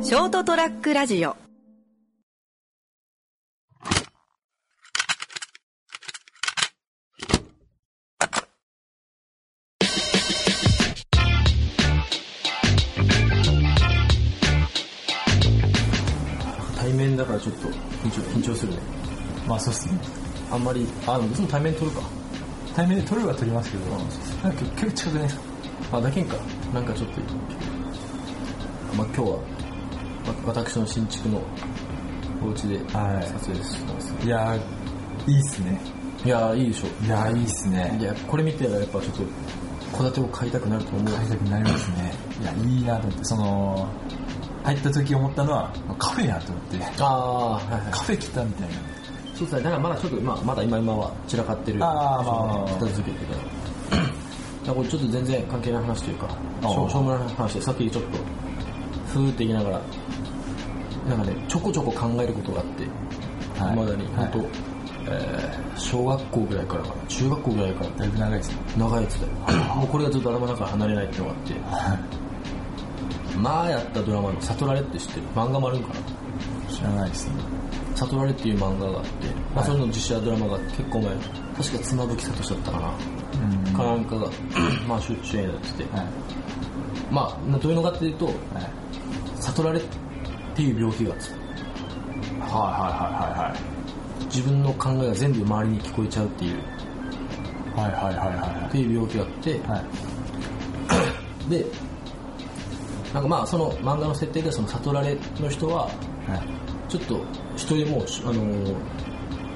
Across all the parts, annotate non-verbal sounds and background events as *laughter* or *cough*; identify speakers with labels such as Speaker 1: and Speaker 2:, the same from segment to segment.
Speaker 1: ショートトラックラジオ
Speaker 2: 対面だからちょっと緊張緊張するね
Speaker 3: まあそうですね。
Speaker 2: あんまりあでもいつも対面取るか
Speaker 3: 対面で撮るは撮りますけど、
Speaker 2: ん
Speaker 3: なんか結構近くないですか
Speaker 2: あだけんかなんかちょっとまあ今日はわ私の新築のお家で撮
Speaker 3: はい
Speaker 2: 影してます、
Speaker 3: いやー、いいっすね。
Speaker 2: い、やーいいでしょ
Speaker 3: いやー、いいっすね
Speaker 2: い。やこれ見てたらやっぱちょっと戸建てを買いたくなると思う
Speaker 3: 買いたくなりますね。いや、いいなと思って、その、入った時思ったのは、カフェやと思って、
Speaker 2: ああはいはい
Speaker 3: カフェ来たみたいな。
Speaker 2: そうですねだからまだちょっと、まあ、まだ今今は散らかってる
Speaker 3: あーまあまあまあ
Speaker 2: 片付けてからだからこれちょっと全然関係ない話というかし
Speaker 3: あー
Speaker 2: ょしょうもない話でさっきちょっとふーって言いながらなんかねちょこちょこ考えることがあってい
Speaker 3: はい
Speaker 2: まだに
Speaker 3: はい
Speaker 2: 本当、えー小学校ぐらいからかな中学校ぐらいから
Speaker 3: だいぶ長いですね。
Speaker 2: 長いやつ
Speaker 3: *coughs*
Speaker 2: だよもうこれがずっと頭の中から離れないっていうのがあってまあやったドラマの「悟られ」って知ってる漫画もあるんかな
Speaker 3: 知らないですね。
Speaker 2: 悟られっていう漫画があって、まあ、それの実写ドラマが結構前、確か妻夫木聡だったか
Speaker 3: うん。
Speaker 2: な、
Speaker 3: は
Speaker 2: かなんかが、 *clears throat* まあ、主主演やってて、
Speaker 3: い。はい。
Speaker 2: まあ、どういうのかっていうと、悟られっていう病気があって、
Speaker 3: はいはいは
Speaker 2: 自分の考えが全部周りに聞こえちゃうっていう、
Speaker 3: いはいはい。はいはいはいはい
Speaker 2: っていう病気があって、
Speaker 3: はい。はい。
Speaker 2: で、なんかまあ、その漫画の設定で、その悟られの人は、
Speaker 3: はい。
Speaker 2: ちょっと人よりも、あのー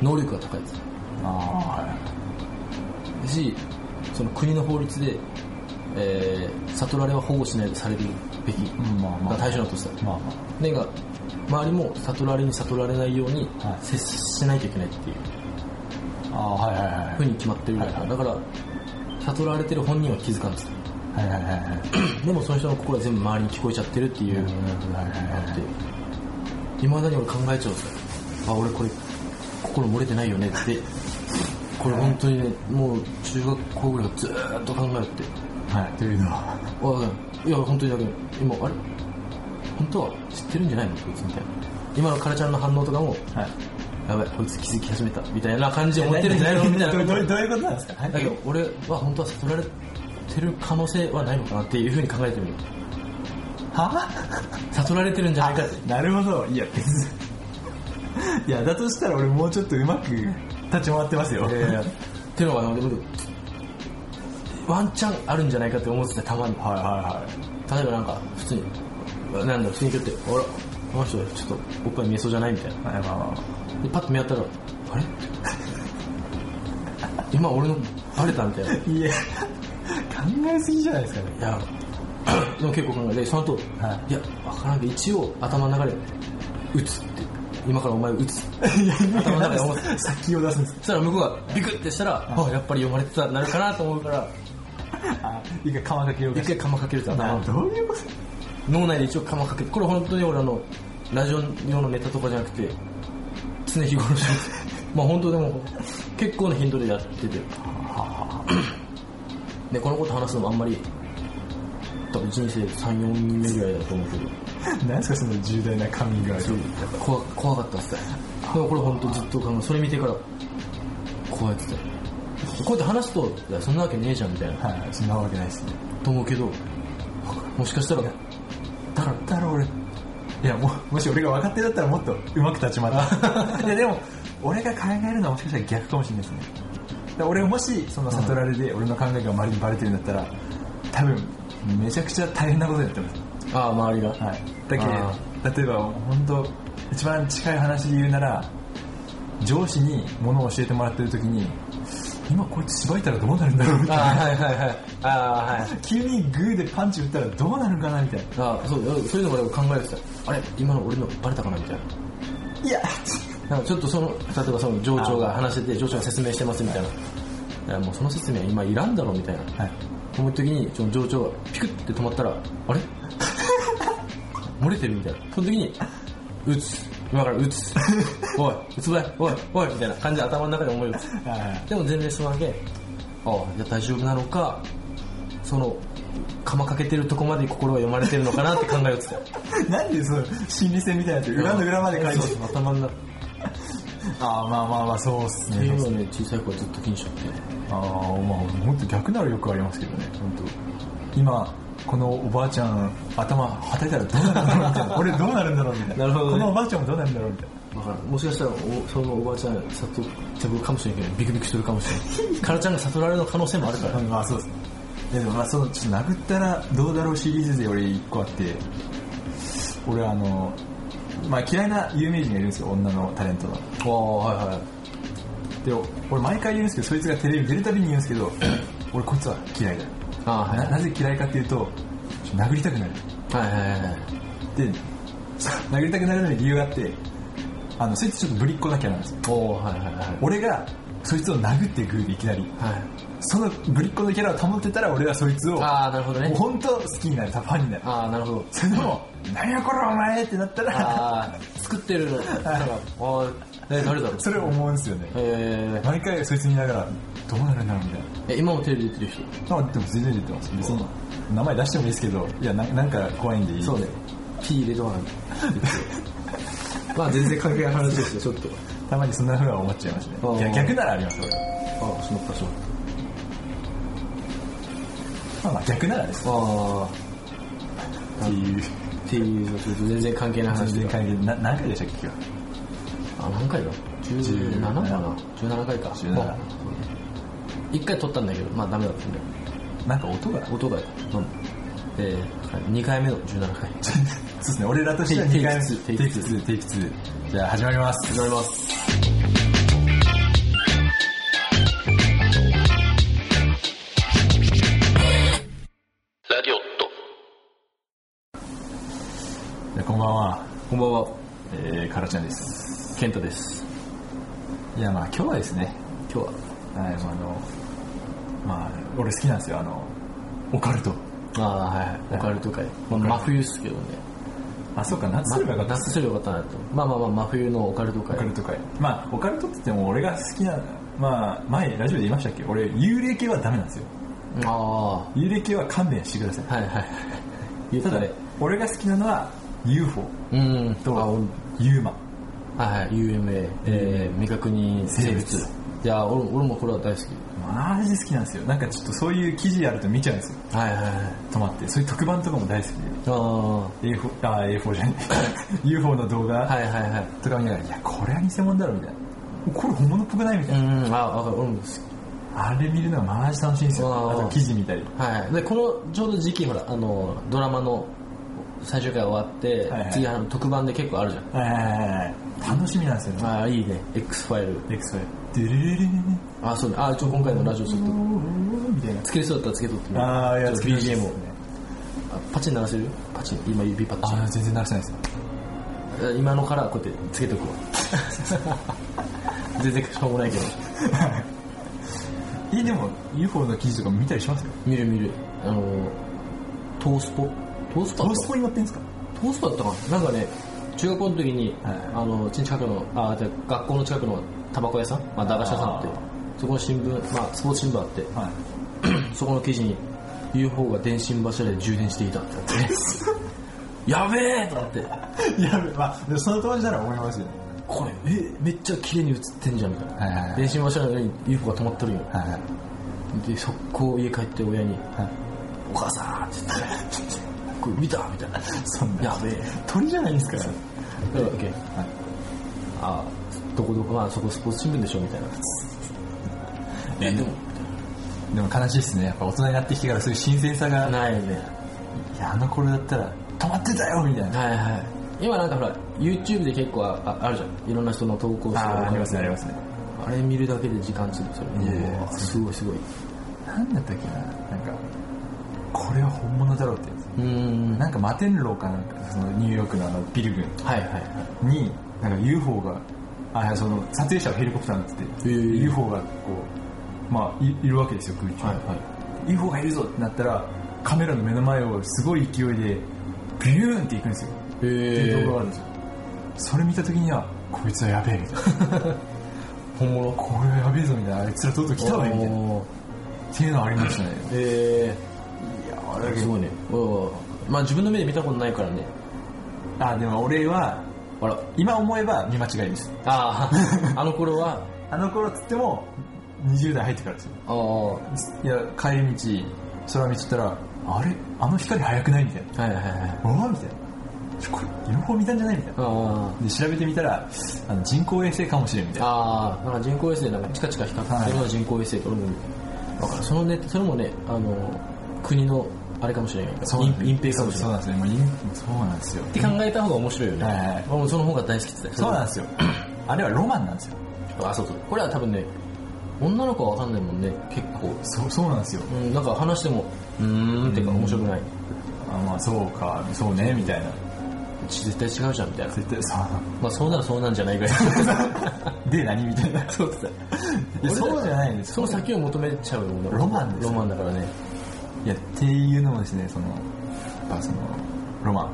Speaker 2: 能力が高いです。
Speaker 3: ああ、はい。
Speaker 2: しその国の法律で、えー悟られは保護しないとされるべき、
Speaker 3: んまあまあ
Speaker 2: が対象だとしたら
Speaker 3: まあま
Speaker 2: だが周りも悟られに悟られないように
Speaker 3: はい
Speaker 2: 接しないといけないっていう
Speaker 3: あ。ああ、はいはいはい
Speaker 2: ふうに決まってるぐらいから、
Speaker 3: は
Speaker 2: だから悟られてる本人は気づかんです
Speaker 3: *clears throat* はい。はいはいはいはい。
Speaker 2: でもその人の心は全部周りに聞こえちゃってるっていう
Speaker 3: はいはい
Speaker 2: あ
Speaker 3: はい
Speaker 2: っていまだに俺考えちゃうんですよあ俺これ心漏れてないよねってこれ本当にねもう中学校ぐらいからずーっと考えて
Speaker 3: はい。というのは。
Speaker 2: わいや本当にだけど今あれ本当は知ってるんじゃないのこいつみたいな今のカラちゃんの反応とかも
Speaker 3: はい。
Speaker 2: やばいこいつ気づき始めたみたいな感じで思ってるんじゃないのみたいな
Speaker 3: *laughs* どうどういうことなんですか
Speaker 2: だけど俺は本当は悟られてる可能性はないのかなっていうふうに考えてみる
Speaker 3: は
Speaker 2: 悟られてるんじゃないかって
Speaker 3: なるほど。いや、別に。いや、だとしたら俺もうちょっとうまく立ち回ってますよ。
Speaker 2: いやいやっていうのがなんか俺ワンチャンあるんじゃないかって思ってたたまに
Speaker 3: はいは
Speaker 2: 例えばなんか普通になんだろう普通に言ってあらこの人ちょっとおっぱい見えそうじゃないみたいない
Speaker 3: はい。まあまあま
Speaker 2: でパッと見合ったらあれ今俺のバレたみたいない
Speaker 3: あ。いや、考えすぎじゃないですかね。
Speaker 2: や *clears throat* でも結構考えてその後、、
Speaker 3: はい
Speaker 2: や分からんけど一応頭の中で打つって今からお前打つ
Speaker 3: いや、
Speaker 2: 頭の中で思って
Speaker 3: 先を出すんです。
Speaker 2: そしたら向こうがビクってしたら、あやっぱり読まれてたなるかなと思うから
Speaker 3: あ、一回釜かけようか
Speaker 2: 一。回釜かけると頭の中
Speaker 3: どういうこと
Speaker 2: 脳内で一応釜かけてこれ本当に俺あのラジオ用のネタとかじゃなくて常日頃の *laughs* まあ本当でも結構な頻度でやっててでこのこと話すのもあんまり多分人生34人目ぐらいだと思うけど
Speaker 3: 何ですかその重大なカミングアウト。
Speaker 2: 怖怖かったっすねでもこれ本当ずっと考えそれ見てから怖いってたよこうやって話すといやそんなわけねえじゃんみたいな
Speaker 3: はい、そんなわけないですね。
Speaker 2: と思うけどもしかしたらだから
Speaker 3: だろ俺いやももし俺が分かってだったらもっとうまく立ち回った
Speaker 2: *laughs*
Speaker 3: いやでも俺が考えるのはもしかしたら逆かもしれないですねだから俺がもしその悟られで俺の考えが周りにバレてるんだったら多分めちゃくちゃ大変なことになってます、
Speaker 2: ああ周りが
Speaker 3: はい、だ
Speaker 2: あ
Speaker 3: けど例えば本当一番近い話で言うなら上司に物を教えてもらってる時に今こいつしばいたらどうなるんだろうみたい
Speaker 2: あ
Speaker 3: な
Speaker 2: あはいはいはいああはい
Speaker 3: *laughs* 急にグーでパンチ打ったらどうなるかなみたいな
Speaker 2: あそうそういうの俺考えてたあれ今の俺のバレたかなみたいない
Speaker 3: や
Speaker 2: なんかちょっとその例えばその上長が話してて上長が説明してますみたいないやもうその説明は今いらんだろみたいな
Speaker 3: はい
Speaker 2: 思う時にその上長がピクって止まったらあれ *laughs* 漏れてるみたいなその時に打つ今から打つ *laughs* おい打つばいおいおいみたいな感じで頭の中で思いを打つ
Speaker 3: はいはい
Speaker 2: でも全然そのわけああじゃあ大丈夫なのかその釜かけてるとこまで心が読まれてるのかなって考えをつけた
Speaker 3: *laughs* なんでその心理戦みたいなやつ裏の裏まで書い
Speaker 2: そう
Speaker 3: て
Speaker 2: そう頭の中
Speaker 3: ああまあまあまあそうっす
Speaker 2: ってい
Speaker 3: ね
Speaker 2: うのはね小さい頃ずっと気にしちゃって
Speaker 3: ああまあ本当逆ならよくありますけどね本当今このおばあちゃん頭はたいたらどうなるんだろうみたいな俺どうなるんだろうみたいな
Speaker 2: なるほどね
Speaker 3: このおばあちゃんもどうなるんだろうみたいな
Speaker 2: だからんもしかしたらおそのおばあちゃん悟ってるかもしれんけどビクビクしてるかもしれないカラちゃんが悟られる可能性もあるから
Speaker 3: うんまあそうですねいやでもまあそのちょっと殴ったらどうだろうシリーズで俺一個あって俺あのまあ嫌いな有名人がいるんですよ女のタレントの
Speaker 2: ああはいはい
Speaker 3: で俺毎回言うんですけどそいつがテレビ出るたびに言うんですけど俺こいつは嫌いだ
Speaker 2: ああはい
Speaker 3: な
Speaker 2: は
Speaker 3: なぜ嫌いかっていうとちょっと殴りたくなる
Speaker 2: いはいはいはい
Speaker 3: で *laughs* 殴りたくなるのに理由があってあのそいつちょっとぶりっ子なキャラなんですよ
Speaker 2: おおはいはいはいはい
Speaker 3: 俺がそいつを殴ってグーでいきなりそのぶりっ子のキャラを保ってたら俺はそいつをも
Speaker 2: ああなるほど
Speaker 3: う
Speaker 2: ね
Speaker 3: 本当好きになるファンになる
Speaker 2: ああなるほど
Speaker 3: それでも「何やこれお前!」ってなったら
Speaker 2: ああ作ってるのなんかああえ誰だろう
Speaker 3: それ思うんですよね
Speaker 2: え
Speaker 3: 毎回そいつ見ながらどうなるんだろうみたいな
Speaker 2: ーえ今もテレビ出てる人
Speaker 3: まあでも全然出てます別に名前出してもいいですけどいやななんか怖いんでいい
Speaker 2: そうね P 入れとかないと *laughs* まあ全然関係ない話ですよちょっと
Speaker 3: たまにそんな風は思っちゃいますね
Speaker 2: あー
Speaker 3: いや逆ならあります俺
Speaker 2: ああしまったしまっ
Speaker 3: まあまあ逆ならです
Speaker 2: たああ
Speaker 3: っていう
Speaker 2: っていうのと全然関係ない話
Speaker 3: 全
Speaker 2: で
Speaker 3: 然関係な何回でしたっけ今
Speaker 2: あ何回だ17かな17回か
Speaker 3: 17
Speaker 2: まあ一回撮ったんだけどまあダメだったんだよ
Speaker 3: 日なんか音がそう
Speaker 2: 音がうんで2回目の17回
Speaker 3: ですね俺らとしては
Speaker 2: テイ
Speaker 3: 2回目
Speaker 2: テイクツ
Speaker 3: テイク2じゃあ始まります
Speaker 2: 始まります
Speaker 1: ラディオット。
Speaker 3: じゃあこんばんは
Speaker 2: こんばんは
Speaker 3: えー、カラちゃんです
Speaker 2: 健太です
Speaker 3: いやまあ今日はですね
Speaker 2: 今日は
Speaker 3: はいまああのまあ俺好きなんですよあのオカルト
Speaker 2: ああはいオカルト会まあ真冬っすけどね
Speaker 3: あそうか夏
Speaker 2: ま
Speaker 3: すればよかった
Speaker 2: 夏すればよかったなとまあまあまあ真冬のオカルト
Speaker 3: オ
Speaker 2: 会
Speaker 3: カルト界まあオカルトって言っても俺が好きなまあ前ラジオで言いましたっけ俺幽霊系はダメなんですよ
Speaker 2: ああは
Speaker 3: 幽霊系は勘弁してください
Speaker 2: いはいはい言ったた
Speaker 3: だ
Speaker 2: ね
Speaker 3: 俺が好きなのは UFO
Speaker 2: うん
Speaker 3: と
Speaker 2: あうん
Speaker 3: ユーマ
Speaker 2: はいはい UMA、えー、未確認生
Speaker 3: 生
Speaker 2: 物
Speaker 3: 物
Speaker 2: いや俺も俺もこれは大好
Speaker 3: マジで好きなんですよなんかちょっとそういう記事あると見ちゃうんですよ
Speaker 2: きはいはいはい
Speaker 3: 止まってそういう特番とかも大好き
Speaker 2: あ
Speaker 3: で A4 あ A4 じゃない UFO の動
Speaker 2: あ
Speaker 3: 画
Speaker 2: はいはいはい
Speaker 3: とか見ながらいやこれは偽物だろみたいなこれ本物っぽくないみたいな
Speaker 2: うんあわかる俺も好き
Speaker 3: あれ見るのはマジ楽しいんですよ
Speaker 2: あ
Speaker 3: あ
Speaker 2: ー
Speaker 3: と記事見たり
Speaker 2: はいでこのちょうど時期ほらあのドラマの最終回終わって、
Speaker 3: はいはい
Speaker 2: 次あの特番で結構あるじゃん
Speaker 3: はいはいはいはい楽しみなんですよね
Speaker 2: ああいいね X ファイル
Speaker 3: エクソでルルルルル
Speaker 2: あそうねあちょ今回のラジオちょっと
Speaker 3: みたいな
Speaker 2: つけそうだったらつけとってみる
Speaker 3: あーいや
Speaker 2: ちょっと
Speaker 3: つけてほしい
Speaker 2: BGM
Speaker 3: です
Speaker 2: を
Speaker 3: ね
Speaker 2: あパチン鳴らせるパチン今指パチン
Speaker 3: あ全然鳴らせないですよ
Speaker 2: あ今のからこうやってつけと *laughs* くわ全然しょうもないけど
Speaker 3: えでも UFO の記事とか見たりしますよ
Speaker 2: 見る見るあのトースポトースポ
Speaker 3: ト
Speaker 2: だった
Speaker 3: ースポに載ってんですか
Speaker 2: トースポだったかななんかね中学校の時に、
Speaker 3: はい
Speaker 2: あの家の近くのあじゃあ学校の近くのタバコ屋さん、まあ、駄菓子屋さんあって
Speaker 3: あ
Speaker 2: そこの新聞、まあ、スポーツ新聞あって
Speaker 3: はい
Speaker 2: そこの記事に UFO が電信柱で充電していたってあってね
Speaker 3: *laughs*
Speaker 2: やべえと思って
Speaker 3: い *laughs* やまあでもその当時なら思いますよね
Speaker 2: これえめっちゃ綺麗に映ってんじゃんみたいな、
Speaker 3: はいはいはい
Speaker 2: 電信柱の上に UFO が止まってるよ
Speaker 3: はいはい
Speaker 2: で速攻家帰って親に「お母さん」って言って「これ見た?」みたいな「
Speaker 3: そんな
Speaker 2: やべえ」
Speaker 3: 鳥じゃないんですから
Speaker 2: だからあどこどこ、まあそこスポーツ新聞でしょみたいな。え、でも、
Speaker 3: でも悲しいですねやっぱ大人になってきてからそういう新鮮さがい
Speaker 2: ないよね。
Speaker 3: やあの頃だったら止まってたよみたいな
Speaker 2: はいはい。今なんかほら、YouTube で結構あああるじゃん。いろんな人の投稿して
Speaker 3: あーありますねありますね
Speaker 2: あれ見るだけで時間つぶそれ。
Speaker 3: いやいや
Speaker 2: うわすごいすごい。
Speaker 3: なんだったっけななんかこれは本物だろうってや
Speaker 2: うーん。
Speaker 3: つ
Speaker 2: は
Speaker 3: なんか摩天楼かなんかそのニューヨークのあのビル群
Speaker 2: いはいはい。
Speaker 3: になんか UFO があいやその撮影者はヘリコプターになってて、
Speaker 2: へー
Speaker 3: UFO がこう、まあ、いいるわけですよ空中に、
Speaker 2: はいはい
Speaker 3: UFO がいるぞってなったらカメラの目の前をすごい勢いでビューンっていくんですよ
Speaker 2: へ
Speaker 3: っていう動画があるんですよそれ見た時にはこいつはやべえみ *laughs* たいな
Speaker 2: 本物
Speaker 3: これはやべえぞみたいなあいつらとうとう来たわよみたいな
Speaker 2: おー
Speaker 3: っていうのはありましたね
Speaker 2: え
Speaker 3: いやあれだけ
Speaker 2: すごいねおうまあ自分の目で見たことないからね
Speaker 3: *laughs* あでも俺は
Speaker 2: あら
Speaker 3: 今思えば見間違いです
Speaker 2: あ *laughs* ああの頃は
Speaker 3: あの頃っつっても20代入ってからですよ
Speaker 2: ああ
Speaker 3: いや帰り道空見てたらあれあの光速くないみたいな
Speaker 2: はいはいはい
Speaker 3: おおみたいなちょこれ色々見たんじゃないみたいな
Speaker 2: あ
Speaker 3: で調べてみたらあの人工衛星かもしれんみたいな
Speaker 2: ああーなんか人工衛星でなんかチカチカ光ってるのが人工衛星と俺もだからそのねそれもねあの国のあれかもしれんよ隠蔽かもしれ
Speaker 3: そう
Speaker 2: ない
Speaker 3: なんですよもう隠そうなんですよ
Speaker 2: って考えた方が面白いよね、
Speaker 3: はいはい
Speaker 2: 俺もその方が大好きって言ってた
Speaker 3: そうなんですよあれはロマンなんですよ
Speaker 2: あそうそうこれは多分ね女の子はわかんないもんね結構
Speaker 3: そうそうなんですよ
Speaker 2: うんなんか話してもうーんっていうか面白くない
Speaker 3: あまあそうかそうねみたいな
Speaker 2: うち絶対違うじゃんみたいな
Speaker 3: 絶対そう
Speaker 2: まあそうならそうなんじゃないぐらい
Speaker 3: *laughs* で何みたいな
Speaker 2: そうって
Speaker 3: いやそうじゃないんです
Speaker 2: その先を求めちゃうもの
Speaker 3: ロマンです
Speaker 2: ロマンだからね
Speaker 3: いやっていうのもですねそのやっぱそのロマン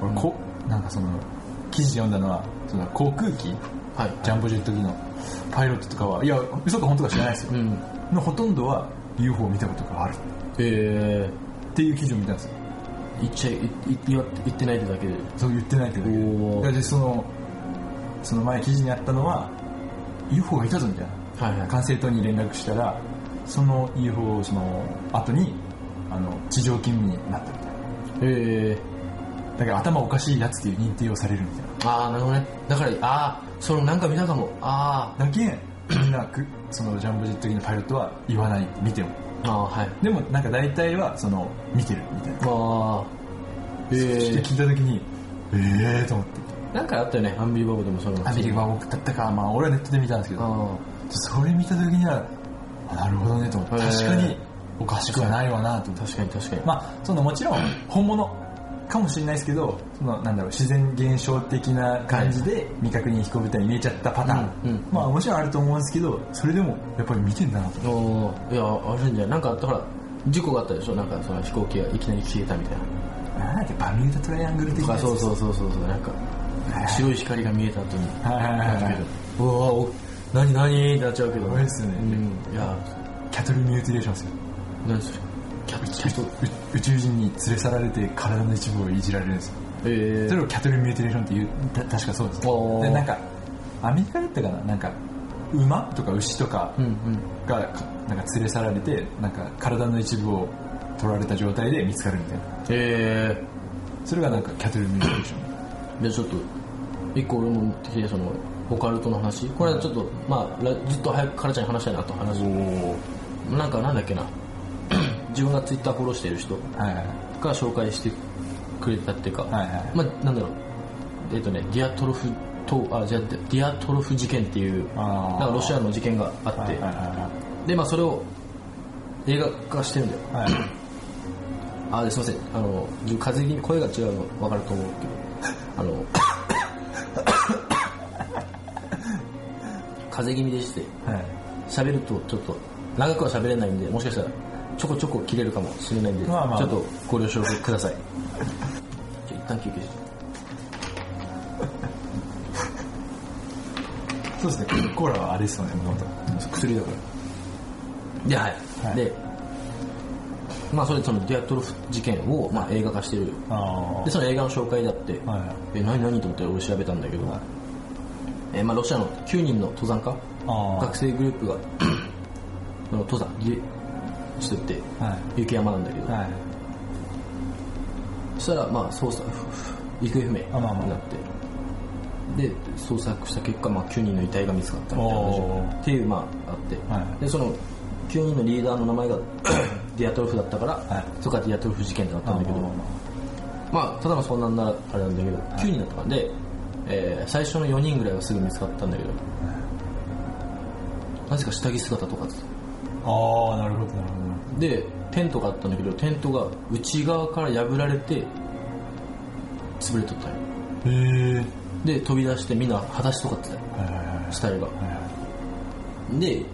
Speaker 3: 俺こ、なんかその記事で読んだのはその航空機
Speaker 2: はい
Speaker 3: ジャンボジェット機のパイロットとかはいや嘘か本当か知らないですよ、
Speaker 2: うん
Speaker 3: のほとんどは UFO を見たことがある
Speaker 2: え
Speaker 3: っていう記事を見たんですよ
Speaker 2: ー、言っちゃい言って言ってないってだけで
Speaker 3: そう言ってないけど
Speaker 2: おー
Speaker 3: いやでそのその前記事にあったのは UFO がいたぞみたいな
Speaker 2: はいはい
Speaker 3: 管制塔に連絡したらその UFO をその後にあの地上勤務になったみたいな
Speaker 2: えー、
Speaker 3: だから頭おかしいやつっていう認定をされるみたいな
Speaker 2: ああなるほどねだからああそれなんか見たかもあ
Speaker 3: だけみんなくそのジャンボジェット機のパイロットは言わない見ても
Speaker 2: ーああはい
Speaker 3: でもなんか大体はその見てるみたいな
Speaker 2: ああえ
Speaker 3: っ
Speaker 2: ー、
Speaker 3: て聞いた時にええーと思って
Speaker 2: なんかあったよねアンビリバボーでもその
Speaker 3: アメリカは僕だったかまあ俺はネットで見たんですけど
Speaker 2: あ
Speaker 3: それ見た時にはあなるほどねと思って
Speaker 2: へー
Speaker 3: 確かにおかしくはないわなと思
Speaker 2: あ
Speaker 3: って
Speaker 2: 確かに確かに、
Speaker 3: まあそのもちろん本物かもしれないですけどそのなんだろう自然現象的な感じで未確認飛行物体に見えちゃったパターン、
Speaker 2: うんうん
Speaker 3: まあもちろんあると思うんですけどそれでもやっぱり見てんだなと
Speaker 2: おーいやあるんじゃないなんかほら事故があったでしょなんかその飛行機がいきなり消えたみたいな
Speaker 3: なんだっけバミューダトライアングル的
Speaker 2: と
Speaker 3: な
Speaker 2: か
Speaker 3: やつ
Speaker 2: そうそうそうそうそうなんか白い光が見えた後に
Speaker 3: はいはいはいはいう
Speaker 2: わお何何ってなっちゃうけど
Speaker 3: すごいっすね
Speaker 2: うん、いや
Speaker 3: キャトルミューティレーションですよ
Speaker 2: 何それキャッチキャット
Speaker 3: う宇宙人に連れ去られて体の一部をいじられるんですよ
Speaker 2: え
Speaker 3: それをキャトルミューティレーションっていうた確かそうです
Speaker 2: おー
Speaker 3: でなんかアメリカだったかななんか馬とか牛とか
Speaker 2: うんうん
Speaker 3: がかなんか連れ去られてなんか体の一部を取られた状態で見つかるみたいな
Speaker 2: え
Speaker 3: それがなんかキャトルミューティレーション
Speaker 2: ー、じゃあちょっと一個俺も持ってきてそのオカルトの話これはちょっとまあらずっと早くカラちゃんに話したいなと話なんかなんだっけな *clears throat* 自分がツイッターフォローしてる人
Speaker 3: はいはい
Speaker 2: が紹介してくれたっていうか、
Speaker 3: はいはい
Speaker 2: まあなんだろうえっ、とねディアトロフとあじゃあディアトロフ事件っていう
Speaker 3: あー
Speaker 2: なんかロシアの事件があって、
Speaker 3: はいはい
Speaker 2: でまあそれを映画化してるんだよ
Speaker 3: はいはい
Speaker 2: あーすいませんあの自分風邪気味声が違うの分かると思うけどあの *coughs* 風邪気味でして
Speaker 3: はい
Speaker 2: 喋るとちょっと長くは喋れないんでもしかしたらちょこちょこ切れるかもしれないんで、
Speaker 3: まあまあ
Speaker 2: ちょっとご了承くださいちょ一旦休憩して
Speaker 3: そうですねコーラはあれですよねもともと薬だから
Speaker 2: ではい、
Speaker 3: はい
Speaker 2: でまあそれそのディアトロフ事件を、まあ、映画化してる
Speaker 3: あ
Speaker 2: でその映画の紹介だって、
Speaker 3: はいはい
Speaker 2: え何何と思って俺調べたんだけど、えーまあ、ロシアの9人の登山家
Speaker 3: あー
Speaker 2: 学生グループが *clears throat* の登山でしてって、
Speaker 3: はい
Speaker 2: 雪山なんだけど、
Speaker 3: はい
Speaker 2: そしたらまあ捜査行方不明に
Speaker 3: あまあまあ
Speaker 2: なってで捜索した結果、まあ、9人の遺体が見つかったみたいな話
Speaker 3: おー
Speaker 2: っていうまああって、
Speaker 3: はい
Speaker 2: でその9人のリーダーの名前がディアトロフだったから、
Speaker 3: はい
Speaker 2: そこがディアトロフ事件だった
Speaker 3: あ
Speaker 2: ん
Speaker 3: ー
Speaker 2: だけど
Speaker 3: まあま
Speaker 2: まあただのそんなんなあれなんだけど、9人だったからで、えー最初の4人ぐらいはすぐ見つかったんだけど、なぜか下着姿とかだった
Speaker 3: あまああーなるほどなるほど
Speaker 2: でテントがあったんだけどテントが内側から破られて潰れとったんよ
Speaker 3: へえ
Speaker 2: で飛び出してみんな裸足とかってたよ
Speaker 3: はいはいはいはい
Speaker 2: 死体が
Speaker 3: は
Speaker 2: で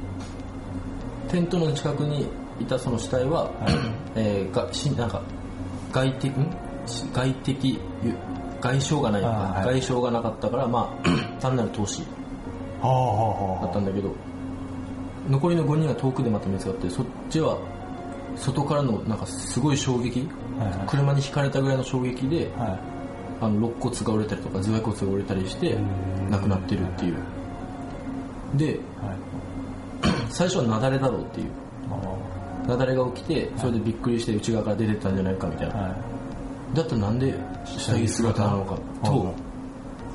Speaker 2: テントの近くにいたその死体は、えーがしなんか外的んし外的ゆ外傷がない、
Speaker 3: あーは
Speaker 2: 外
Speaker 3: い
Speaker 2: 傷がなかったからま
Speaker 3: *clears throat*
Speaker 2: あ単なる投資
Speaker 3: いはあはあはあ
Speaker 2: だっ
Speaker 3: は
Speaker 2: たんだけど残りの5人が遠くでまた見つかってそっちは外からのなんかすごい衝撃、
Speaker 3: はいはい
Speaker 2: 車にひかれたぐらいの衝撃で、
Speaker 3: はい
Speaker 2: あの肋骨が折れたりとか頭蓋骨が折れたりして
Speaker 3: うん
Speaker 2: 亡くなってるっていうで
Speaker 3: はい
Speaker 2: *clears throat* 最初は雪崩だろうっていう
Speaker 3: まあま
Speaker 2: 雪崩が起きてそれでびっくりして内側から出てったんじゃないかみたい
Speaker 3: あ
Speaker 2: な
Speaker 3: はい
Speaker 2: だったらなんで下着姿なのか
Speaker 3: あ
Speaker 2: と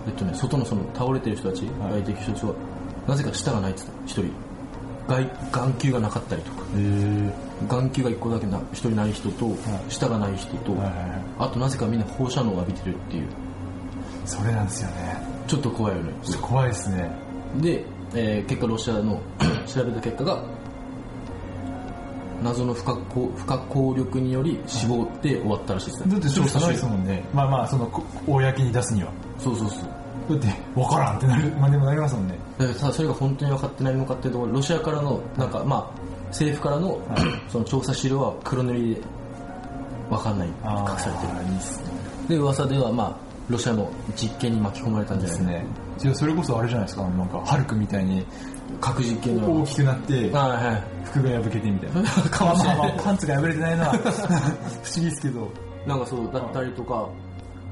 Speaker 2: えっとね外のその倒れてる人たち
Speaker 3: はい
Speaker 2: 外敵人たちはなぜか舌がないっつった一人外眼球がなかったりとか
Speaker 3: えー
Speaker 2: 眼球が一個だけな人いない人と
Speaker 3: い
Speaker 2: 舌がない人と
Speaker 3: はいはいはい
Speaker 2: あとなぜかみんな放射能を浴びてるっていう
Speaker 3: それなんですよね
Speaker 2: ちょっと怖いよね
Speaker 3: ちょっと怖いですね
Speaker 2: で、えー結果ロシアの *clears throat* 調べた結果が謎の不可抗不可抗力により死亡で終わったらしいですね、
Speaker 3: だって調査ないです
Speaker 2: そ
Speaker 3: もんねまあまあそのこ公に出すには
Speaker 2: うそうそう
Speaker 3: だって分からんってなるまあでもなりますもんね
Speaker 2: だからただそれが本当に分かってないのかっていうところロシアからのなんかまあ政府からのその調査資料は黒塗りで分かんない隠
Speaker 3: あ
Speaker 2: されて
Speaker 3: あいいっすね
Speaker 2: るで噂ではまあロシアの実験に巻き込まれたんじゃ
Speaker 3: で
Speaker 2: ない
Speaker 3: す
Speaker 2: かな
Speaker 3: ねじゃあそれこそあれじゃないですかあのなんかハルクみたいに
Speaker 2: 核実験の
Speaker 3: 大きくなって
Speaker 2: あはいはい
Speaker 3: 服が破けてみたいな
Speaker 2: かもしれない
Speaker 3: まあまあまあパンツが破れてないのは不思議ですけど
Speaker 2: なんかそうだったりとか、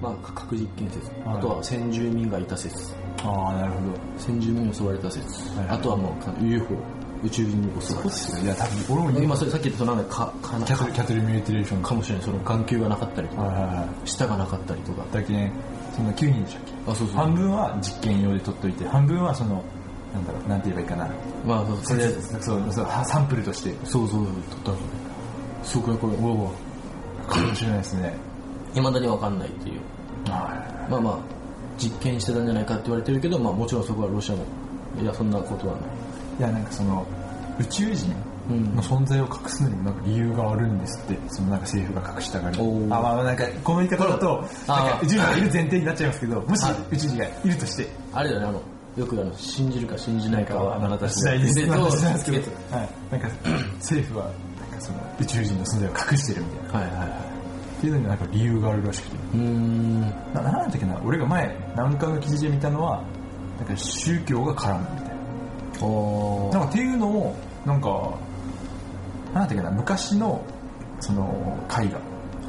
Speaker 2: まあ、核実験説、
Speaker 3: は
Speaker 2: あ
Speaker 3: い
Speaker 2: とは先住民がいた説
Speaker 3: ああなるほど
Speaker 2: 先住民に襲われた説、
Speaker 3: はい
Speaker 2: あとはもう UFO 宇宙人に襲われた説
Speaker 3: いや多分俺も
Speaker 2: 今それさっき言ったそのなんかかかな
Speaker 3: キャトルキャトルミューティレーション
Speaker 2: かもしれないその眼球がなかったりとか、
Speaker 3: はいはいはい
Speaker 2: 舌がなかったりとか
Speaker 3: だけねその9人でしたっけ
Speaker 2: あそうそう
Speaker 3: 半分は実験用で取っといて半分はそのなんだろうなんて言えばいいかな
Speaker 2: まあそうそれそう
Speaker 3: そうそうそうはサンプルとして
Speaker 2: そうそう撮ったすごいこれおお
Speaker 3: かもしれないですね
Speaker 2: いまだにわかんないっていう
Speaker 3: は
Speaker 2: まあまあ実験してたんじゃないかって言われてるけど、まあ、もちろんそこはロシアもいやそんなことはない
Speaker 3: いいやなんかその宇宙人の存在を隠すのにもなんか理由があるんですってそのなんか政府が隠したがりあ
Speaker 2: おー
Speaker 3: まあまあなんかこの言い方だと
Speaker 2: あー
Speaker 3: なんか宇宙人がいる前提になっちゃいますけどもし宇宙人がいるとして
Speaker 2: あれだねあのよくあの信じるか信じないかはあなた
Speaker 3: 次
Speaker 2: 次第
Speaker 3: 第です
Speaker 2: でどう
Speaker 3: 私なんですけ
Speaker 2: つけ
Speaker 3: ど、はい、なんか政府はなんかその宇宙人の存在を隠してるみたい
Speaker 2: は
Speaker 3: な
Speaker 2: いはいはい
Speaker 3: っていうのになんか理由があるらしくて
Speaker 2: うーん
Speaker 3: ななんだったっけな俺が前何かの記事で見たのはなんか宗教が絡むみたい
Speaker 2: お
Speaker 3: ななんかっていうのもなんかなんだったっけな昔のその絵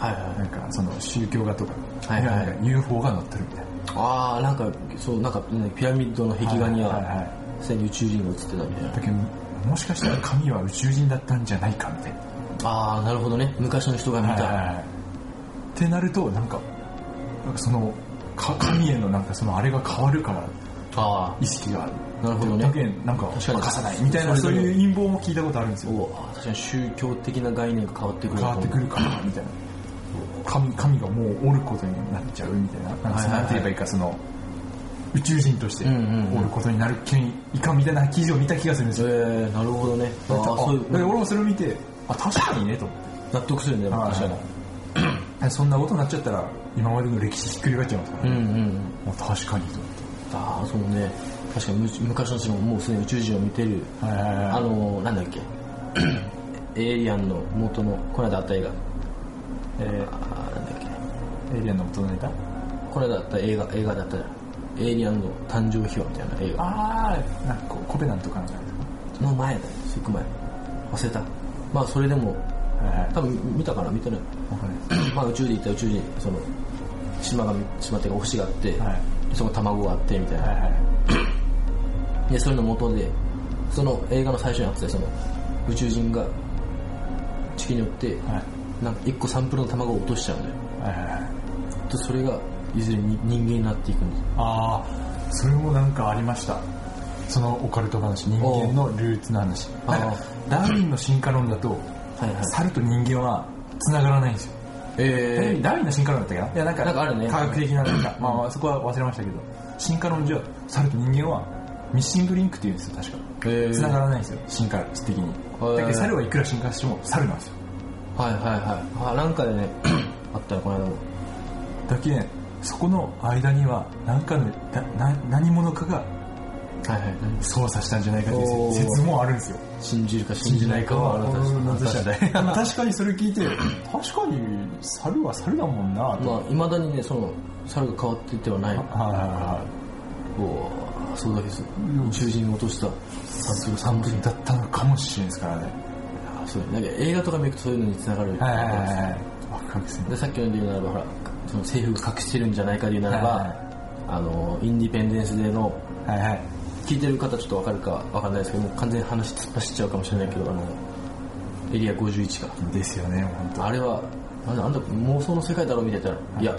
Speaker 3: 画
Speaker 2: はいは
Speaker 3: なん
Speaker 2: い
Speaker 3: かその宗教画とか,、
Speaker 2: はいはい
Speaker 3: なんか UFO が載ってるみたい
Speaker 2: ああなんかそうなんか、ね、ピラミッドの壁
Speaker 3: な
Speaker 2: 画に
Speaker 3: いい
Speaker 2: はい既に宇宙人が映ってたみたいな
Speaker 3: だけどもしかしたら神は宇宙人だったんじゃないかみたいな
Speaker 2: ああなるほどね昔の人が見
Speaker 3: はいはい
Speaker 2: た
Speaker 3: はいってなるとなんかなんかそのか神へのなんかそのあれが変わるから
Speaker 2: あ
Speaker 3: 意識がある
Speaker 2: あなるほど
Speaker 3: だ
Speaker 2: ね
Speaker 3: けなんか
Speaker 2: 確かに
Speaker 3: 任さないみたいな
Speaker 2: そ
Speaker 3: そう
Speaker 2: れでも
Speaker 3: いう陰謀も聞いたことあるんですよ
Speaker 2: おー確かに宗教的な概念が変わってくる
Speaker 3: 変わってくるかなみたいな神神がもうおることになっちゃうみたいななんか
Speaker 2: はいはい
Speaker 3: そのなんて言えばいいかその宇宙人として
Speaker 2: うんうんうん
Speaker 3: おることになるけんいかんみたいな記事を見た気がするんです
Speaker 2: え
Speaker 3: よ
Speaker 2: ー、なるほどねあ
Speaker 3: だから
Speaker 2: あそうい
Speaker 3: だから
Speaker 2: う
Speaker 3: 俺もそれを見てあ確かにねと思って
Speaker 2: 納得するねでも確かに
Speaker 3: はいそんなことになっちゃったら今までの歴史ひっくり返っちゃいますから
Speaker 2: うん
Speaker 3: ね
Speaker 2: うんうん
Speaker 3: もう確かにと思って
Speaker 2: ああそうね確かにむ昔の人ももうすでに宇宙人を見てる
Speaker 3: はいはいはい
Speaker 2: あのー、なんだっけ *clears throat* エイリアンの元のこの間あった映画
Speaker 3: え
Speaker 2: あーなんだっけ
Speaker 3: ーエイリアンの元ネタ
Speaker 2: この間あった映画映画だったじゃんエイリアンの誕生秘話みたいな映画
Speaker 3: ああなんかこうコペナントかなんか
Speaker 2: の前だよすぐ前忘れたまあそれでも
Speaker 3: はいはい
Speaker 2: 多分見たかな見てない
Speaker 3: わかんないです
Speaker 2: まあ宇宙で行った宇宙人その島が島っていうか星があって、
Speaker 3: はい
Speaker 2: そこ卵があってみたいな、
Speaker 3: はいはい
Speaker 2: でそれの元でその映画の最初にあってたよその宇宙人が地球によって、
Speaker 3: はい
Speaker 2: なんか一個サンプルの卵を落としちゃうんだよ
Speaker 3: はいはいはい
Speaker 2: とそれがいずれに人間になっていくんです
Speaker 3: ああそれもなんかありましたそのオカルト話人間のルーツの話
Speaker 2: おう
Speaker 3: なんか
Speaker 2: あ
Speaker 3: ダーウィンの進化論だと
Speaker 2: はいはい
Speaker 3: 猿と人間は繋がらないんですよダーウ
Speaker 2: え
Speaker 3: ィンダーウィンの進化論だったっけないやなんか
Speaker 2: なんかあるね
Speaker 3: 科学的ななんか、まあ、まあそこは忘れましたけど進化論上猿と人間はミッシングリンクっていうんですよ確か
Speaker 2: えー
Speaker 3: 繋がらないんですよ進化的に
Speaker 2: ー
Speaker 3: だけど猿はいくら進化しても猿なんですよ
Speaker 2: はいはいはいあなんかで *clears throat* ねあったよこの間も
Speaker 3: だけどそこの間には何かのだな何者かが
Speaker 2: はいはい
Speaker 3: 操作したんじゃないかってい
Speaker 2: お
Speaker 3: う
Speaker 2: ー
Speaker 3: 説もあるんですよ
Speaker 2: 信じるか信じないかはあなたです
Speaker 3: *laughs*
Speaker 2: *laughs*
Speaker 3: 確かに確かにそれ聞いて確かに猿は猿だもんなと
Speaker 2: まあいまだにねその猿が変わっていってはない
Speaker 3: はいはいは
Speaker 2: おおそうだけです宇宙人を落としたサンプル
Speaker 3: いサンプルだったのかもしれないですからね
Speaker 2: あそうなんか映画とか見るとそういうのに繋がる
Speaker 3: はいはいはいはいワクワクする
Speaker 2: でさっきの理由ならばほらその政府隠してるんじゃないか理由ならば、
Speaker 3: はいはい
Speaker 2: あのインディペンデンスデーの
Speaker 3: はいはい
Speaker 2: 聞いてる方ちょっとわかるかわかんないですけどもう完全に話突っ走っちゃうかもしれないけどあのエリア51か
Speaker 3: ですよね本当
Speaker 2: あれはあなんだ妄想の世界だろみたいな、い、や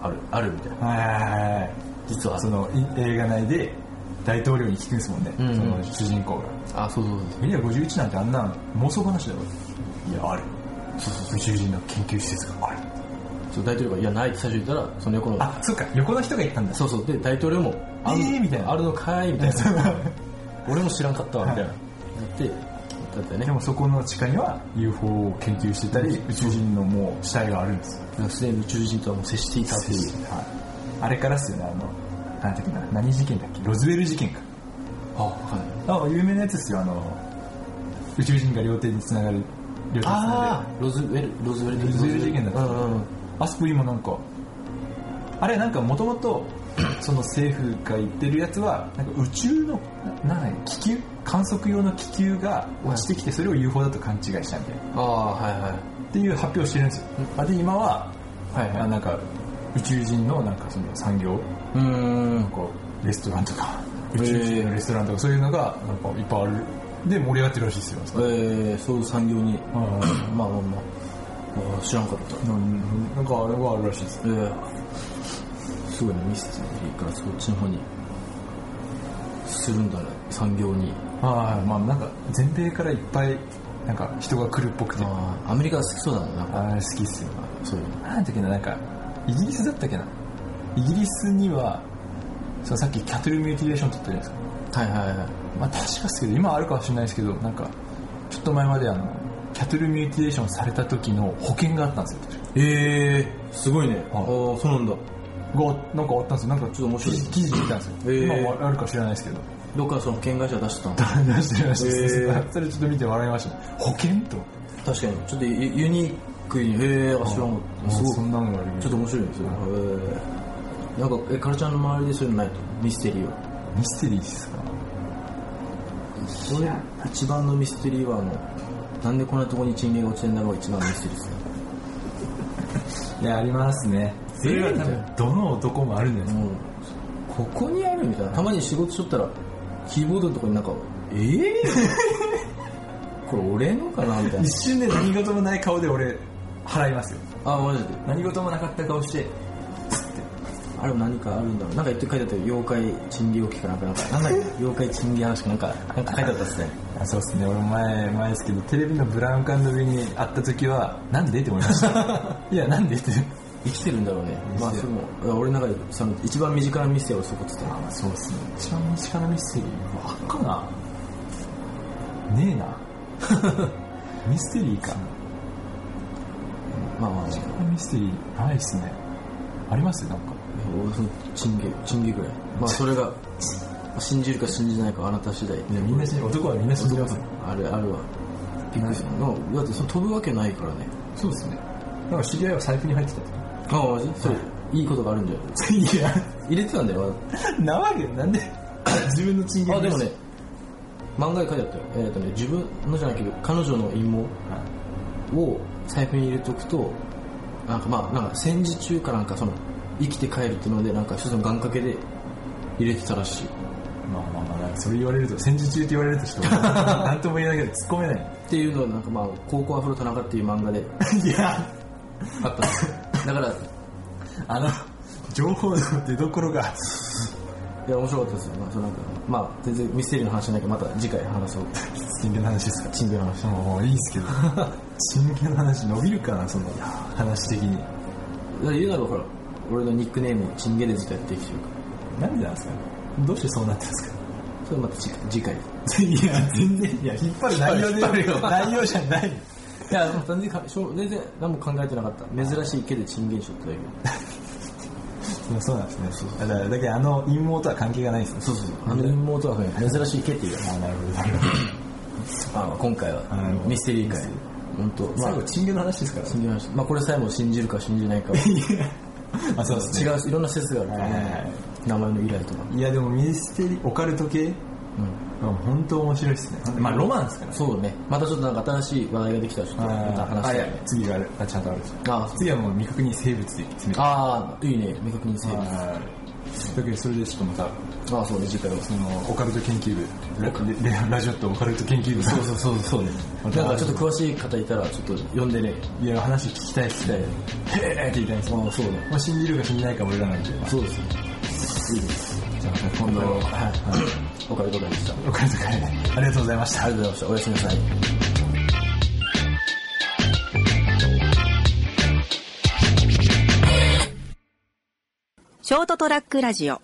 Speaker 2: あるあるみたいな
Speaker 3: はいはいはいはい
Speaker 2: 実は
Speaker 3: そのい映画内で大統領に聞くんですもんね、
Speaker 2: うんうん
Speaker 3: その主人公が
Speaker 2: あそうそうそう
Speaker 3: エリア51なんてあんな妄想話だろいやあるそうそう宇宙人の研究施設がある
Speaker 2: そう大統領が「いやない」って最初言ったらその横の
Speaker 3: あそっか横の人が言ったんだ
Speaker 2: そうそうで大統領も「あん
Speaker 3: えーみたいな
Speaker 2: あるのかい」みたい
Speaker 3: そう *laughs*
Speaker 2: な「俺も知らんかったわ」みたいな、
Speaker 3: はい
Speaker 2: でだってね
Speaker 3: でもそこの地下には UFO を研究してたり宇宙人のもう死体があるんですよ
Speaker 2: すでに宇宙人とはもう接していたっていう
Speaker 3: はい、あれからっすよねあの何だっけな何事件だっけロズウェル事件か
Speaker 2: あはい
Speaker 3: あ有名なやつですよあの宇宙人が両手につながる両手につなが
Speaker 2: ああロズウェルロズウェル
Speaker 3: ロズウェル事件だった
Speaker 2: うんうんうん
Speaker 3: るアスプリもなんかあれなんかもとも *clears throat* とその政府が言ってるやつはなんか宇宙のななんだっけ気球観測用の気球が落ちてきてそれを UFO だと勘違いしたみたいな
Speaker 2: ああはいはい
Speaker 3: っていう発表をしてるんですよあで今は、
Speaker 2: はいはい
Speaker 3: あなんか宇宙人のなんかその産業
Speaker 2: うーん
Speaker 3: こうレストランとか
Speaker 2: へー
Speaker 3: 宇宙人のレストランとかそういうのがなんかいっぱいあるで盛り上がってるらしいですよ
Speaker 2: えー、そういう産業に
Speaker 3: うん
Speaker 2: まあまあまああー知らんかった
Speaker 3: うんなんかあれがあるらしいです
Speaker 2: えー、すごいねミステリーからそっちの方にするんだね産業に
Speaker 3: はいまあなんか全米からいっぱいなんか人が来るっぽくてあ
Speaker 2: ああアメリカが好きそうだねなんか
Speaker 3: あ好きっすよ
Speaker 2: そういうの
Speaker 3: なんだっけななんかイギリスだったっけなイギリスにはそのさっきキャトルミューティレーション撮ってるじゃないですか
Speaker 2: はいはいはい
Speaker 3: まあ確かですけど今あるかもしれないですけどなんかちょっと前まであのキャトルミューティレーションされた時の保険があったんですよ確か
Speaker 2: ええー、すごいね
Speaker 3: あ
Speaker 2: ああーそうなんだ
Speaker 3: がなんかあったんですよなん
Speaker 2: ち
Speaker 3: かちょっ
Speaker 2: ょっと面白い
Speaker 3: 記事記事見たんですよ、
Speaker 2: えー
Speaker 3: 今もあるか知らないですけど
Speaker 2: どっかその保険会社出してたの
Speaker 3: 出してまし
Speaker 2: え
Speaker 3: た、
Speaker 2: ー
Speaker 3: それちょっと見て笑いました *laughs* 保険と
Speaker 2: 確かにちょっとユユニークにへえあ知らんかったすごい
Speaker 3: そんなのがある
Speaker 2: ちょっと面白いですよ、えーなんかえカルちゃんの周りでそういうのないとミステリーは
Speaker 3: ミステリーですか
Speaker 2: 俺一番のミステリーはあのなんでこんなとこに人間が落ちてんだろうが一番のミステリーですね
Speaker 3: いやありますねそれは多分どの男もあるんじゃないで
Speaker 2: も
Speaker 3: す
Speaker 2: うここにあるみたいなたまに仕事しとったらキーボードのとこになんかえ *laughs* えこれ俺のかなみたい
Speaker 3: か
Speaker 2: な
Speaker 3: 一瞬で何事もない顔で俺払いますよ
Speaker 2: あマジで
Speaker 3: 何事もなかった顔して
Speaker 2: あれも何かあるんだろうなんか言って書いてあったよ妖怪賃料機かなんかなんかなんだっけ *laughs* 妖怪賃料話かなんかなんか書いてあったっすね
Speaker 3: あそうですね俺前前ですけどテレビのブラウン管の上に会った時はなんでって思いま *laughs* したいやなんでって
Speaker 2: 生きてるんだろうね
Speaker 3: 生きてる
Speaker 2: まあそれも俺の中でその一番身近なミステリーはそこっつってた
Speaker 3: あそうですね一番身近なミステリーはあっかなねえ *laughs* なミステリーか
Speaker 2: まあまあまあ
Speaker 3: ミステリーないですねありますなんか
Speaker 2: 俺そのチンゲチンゲぐらいまあそれが信じるか信じないかあなた次第
Speaker 3: みんな死男はみんな死んでます
Speaker 2: あるあるわびっくりしたのだってその飛ぶわけないからね
Speaker 3: そうですねなんか知り合いは財布に入ってたと
Speaker 2: ああマジそういいことがあるんじゃない
Speaker 3: *laughs* いや
Speaker 2: 入れてたんだよ
Speaker 3: *laughs* なわけなんで *coughs* 自分の賃
Speaker 2: ま
Speaker 3: 金
Speaker 2: だあでもね漫画で書いてあったよえっ、とね自分のじゃないけど彼女の陰謀を財布に入れとくとなんかまあなんか戦時中かなんかその生きて帰るっていうのでなんか一つの願掛けで入れてたらしいっ
Speaker 3: まあまあまあなんかそれ言われると戦時中って言われるとちょっとなんとも言えないけど突っ込めない
Speaker 2: ていうのをなんかまあ「高校アフロ田中」っていう漫画で
Speaker 3: いや
Speaker 2: あったん *laughs* ですよだからい
Speaker 3: あの情報の出どころが
Speaker 2: や面白かったですよ、まあ、そうなんかまあ全然ミステリーの話じゃないけどまた次回話そう
Speaker 3: 真剣な話ですか真剣な話もういいですけど真剣な話伸びるかなその話的に
Speaker 2: だから言うならほら俺のニックネームチンゲでずっとやってきてるか
Speaker 3: なんでなんですかどうしてそうなってんですから
Speaker 2: それまた次回次回
Speaker 3: いや全然いや引っ張る内容で
Speaker 2: 引っ張るよ
Speaker 3: 内容じゃない
Speaker 2: いや、でも全然かしょ全然何も考えてなかった。珍しい池でチンゲンショットだけど。
Speaker 3: そうそうなんですねだからだけどあの陰謀とは関係がないですね
Speaker 2: そうそう。あの妹はね、珍しい池って言うから。
Speaker 3: あなるほど
Speaker 2: まあ、今回
Speaker 3: なるほ
Speaker 2: は
Speaker 3: ど
Speaker 2: ミステリー会。本当。ま
Speaker 3: 最
Speaker 2: あ
Speaker 3: 後、チンゲの話ですから
Speaker 2: 信じました。まあ、これさえも信じるか信じないかは。
Speaker 3: *laughs* あそうです
Speaker 2: 違う、いろんな説があるから
Speaker 3: はいはいは
Speaker 2: ね。名前の由来とか。
Speaker 3: いやでもミステリーオカルト系うん、本当面白いですねまあロマンですからね
Speaker 2: そうだね。またちょっとなんか新しい話題ができたら、ちょっとまた話
Speaker 3: あ
Speaker 2: し
Speaker 3: い
Speaker 2: たい
Speaker 3: や
Speaker 2: ね。
Speaker 3: 次があるあちゃんとあるんですよ
Speaker 2: あそう
Speaker 3: 次はもう未確認生物で決めて
Speaker 2: あー、いいね。未確認生物。
Speaker 3: はいだけどそれでちょっとまた
Speaker 2: ああ、そうね、次回は。
Speaker 3: そのオカルト研究部ラレレラジオットオカルト研究部そうそうそうそうね
Speaker 2: なんかちょっと詳しい方いたら、ちょっと呼んでね。
Speaker 3: いや話聞きたいっすねへえって言いたいんです
Speaker 2: ああ、そうね。
Speaker 3: もう信じるか信じないか俺らなんで
Speaker 2: そうですね。いいです。
Speaker 3: じゃあ今度はい
Speaker 2: おかげとかでした。
Speaker 3: オカルト会ありがとうございました
Speaker 2: ありがとうございました。おやすみなさい。
Speaker 4: ショートトラックラジオ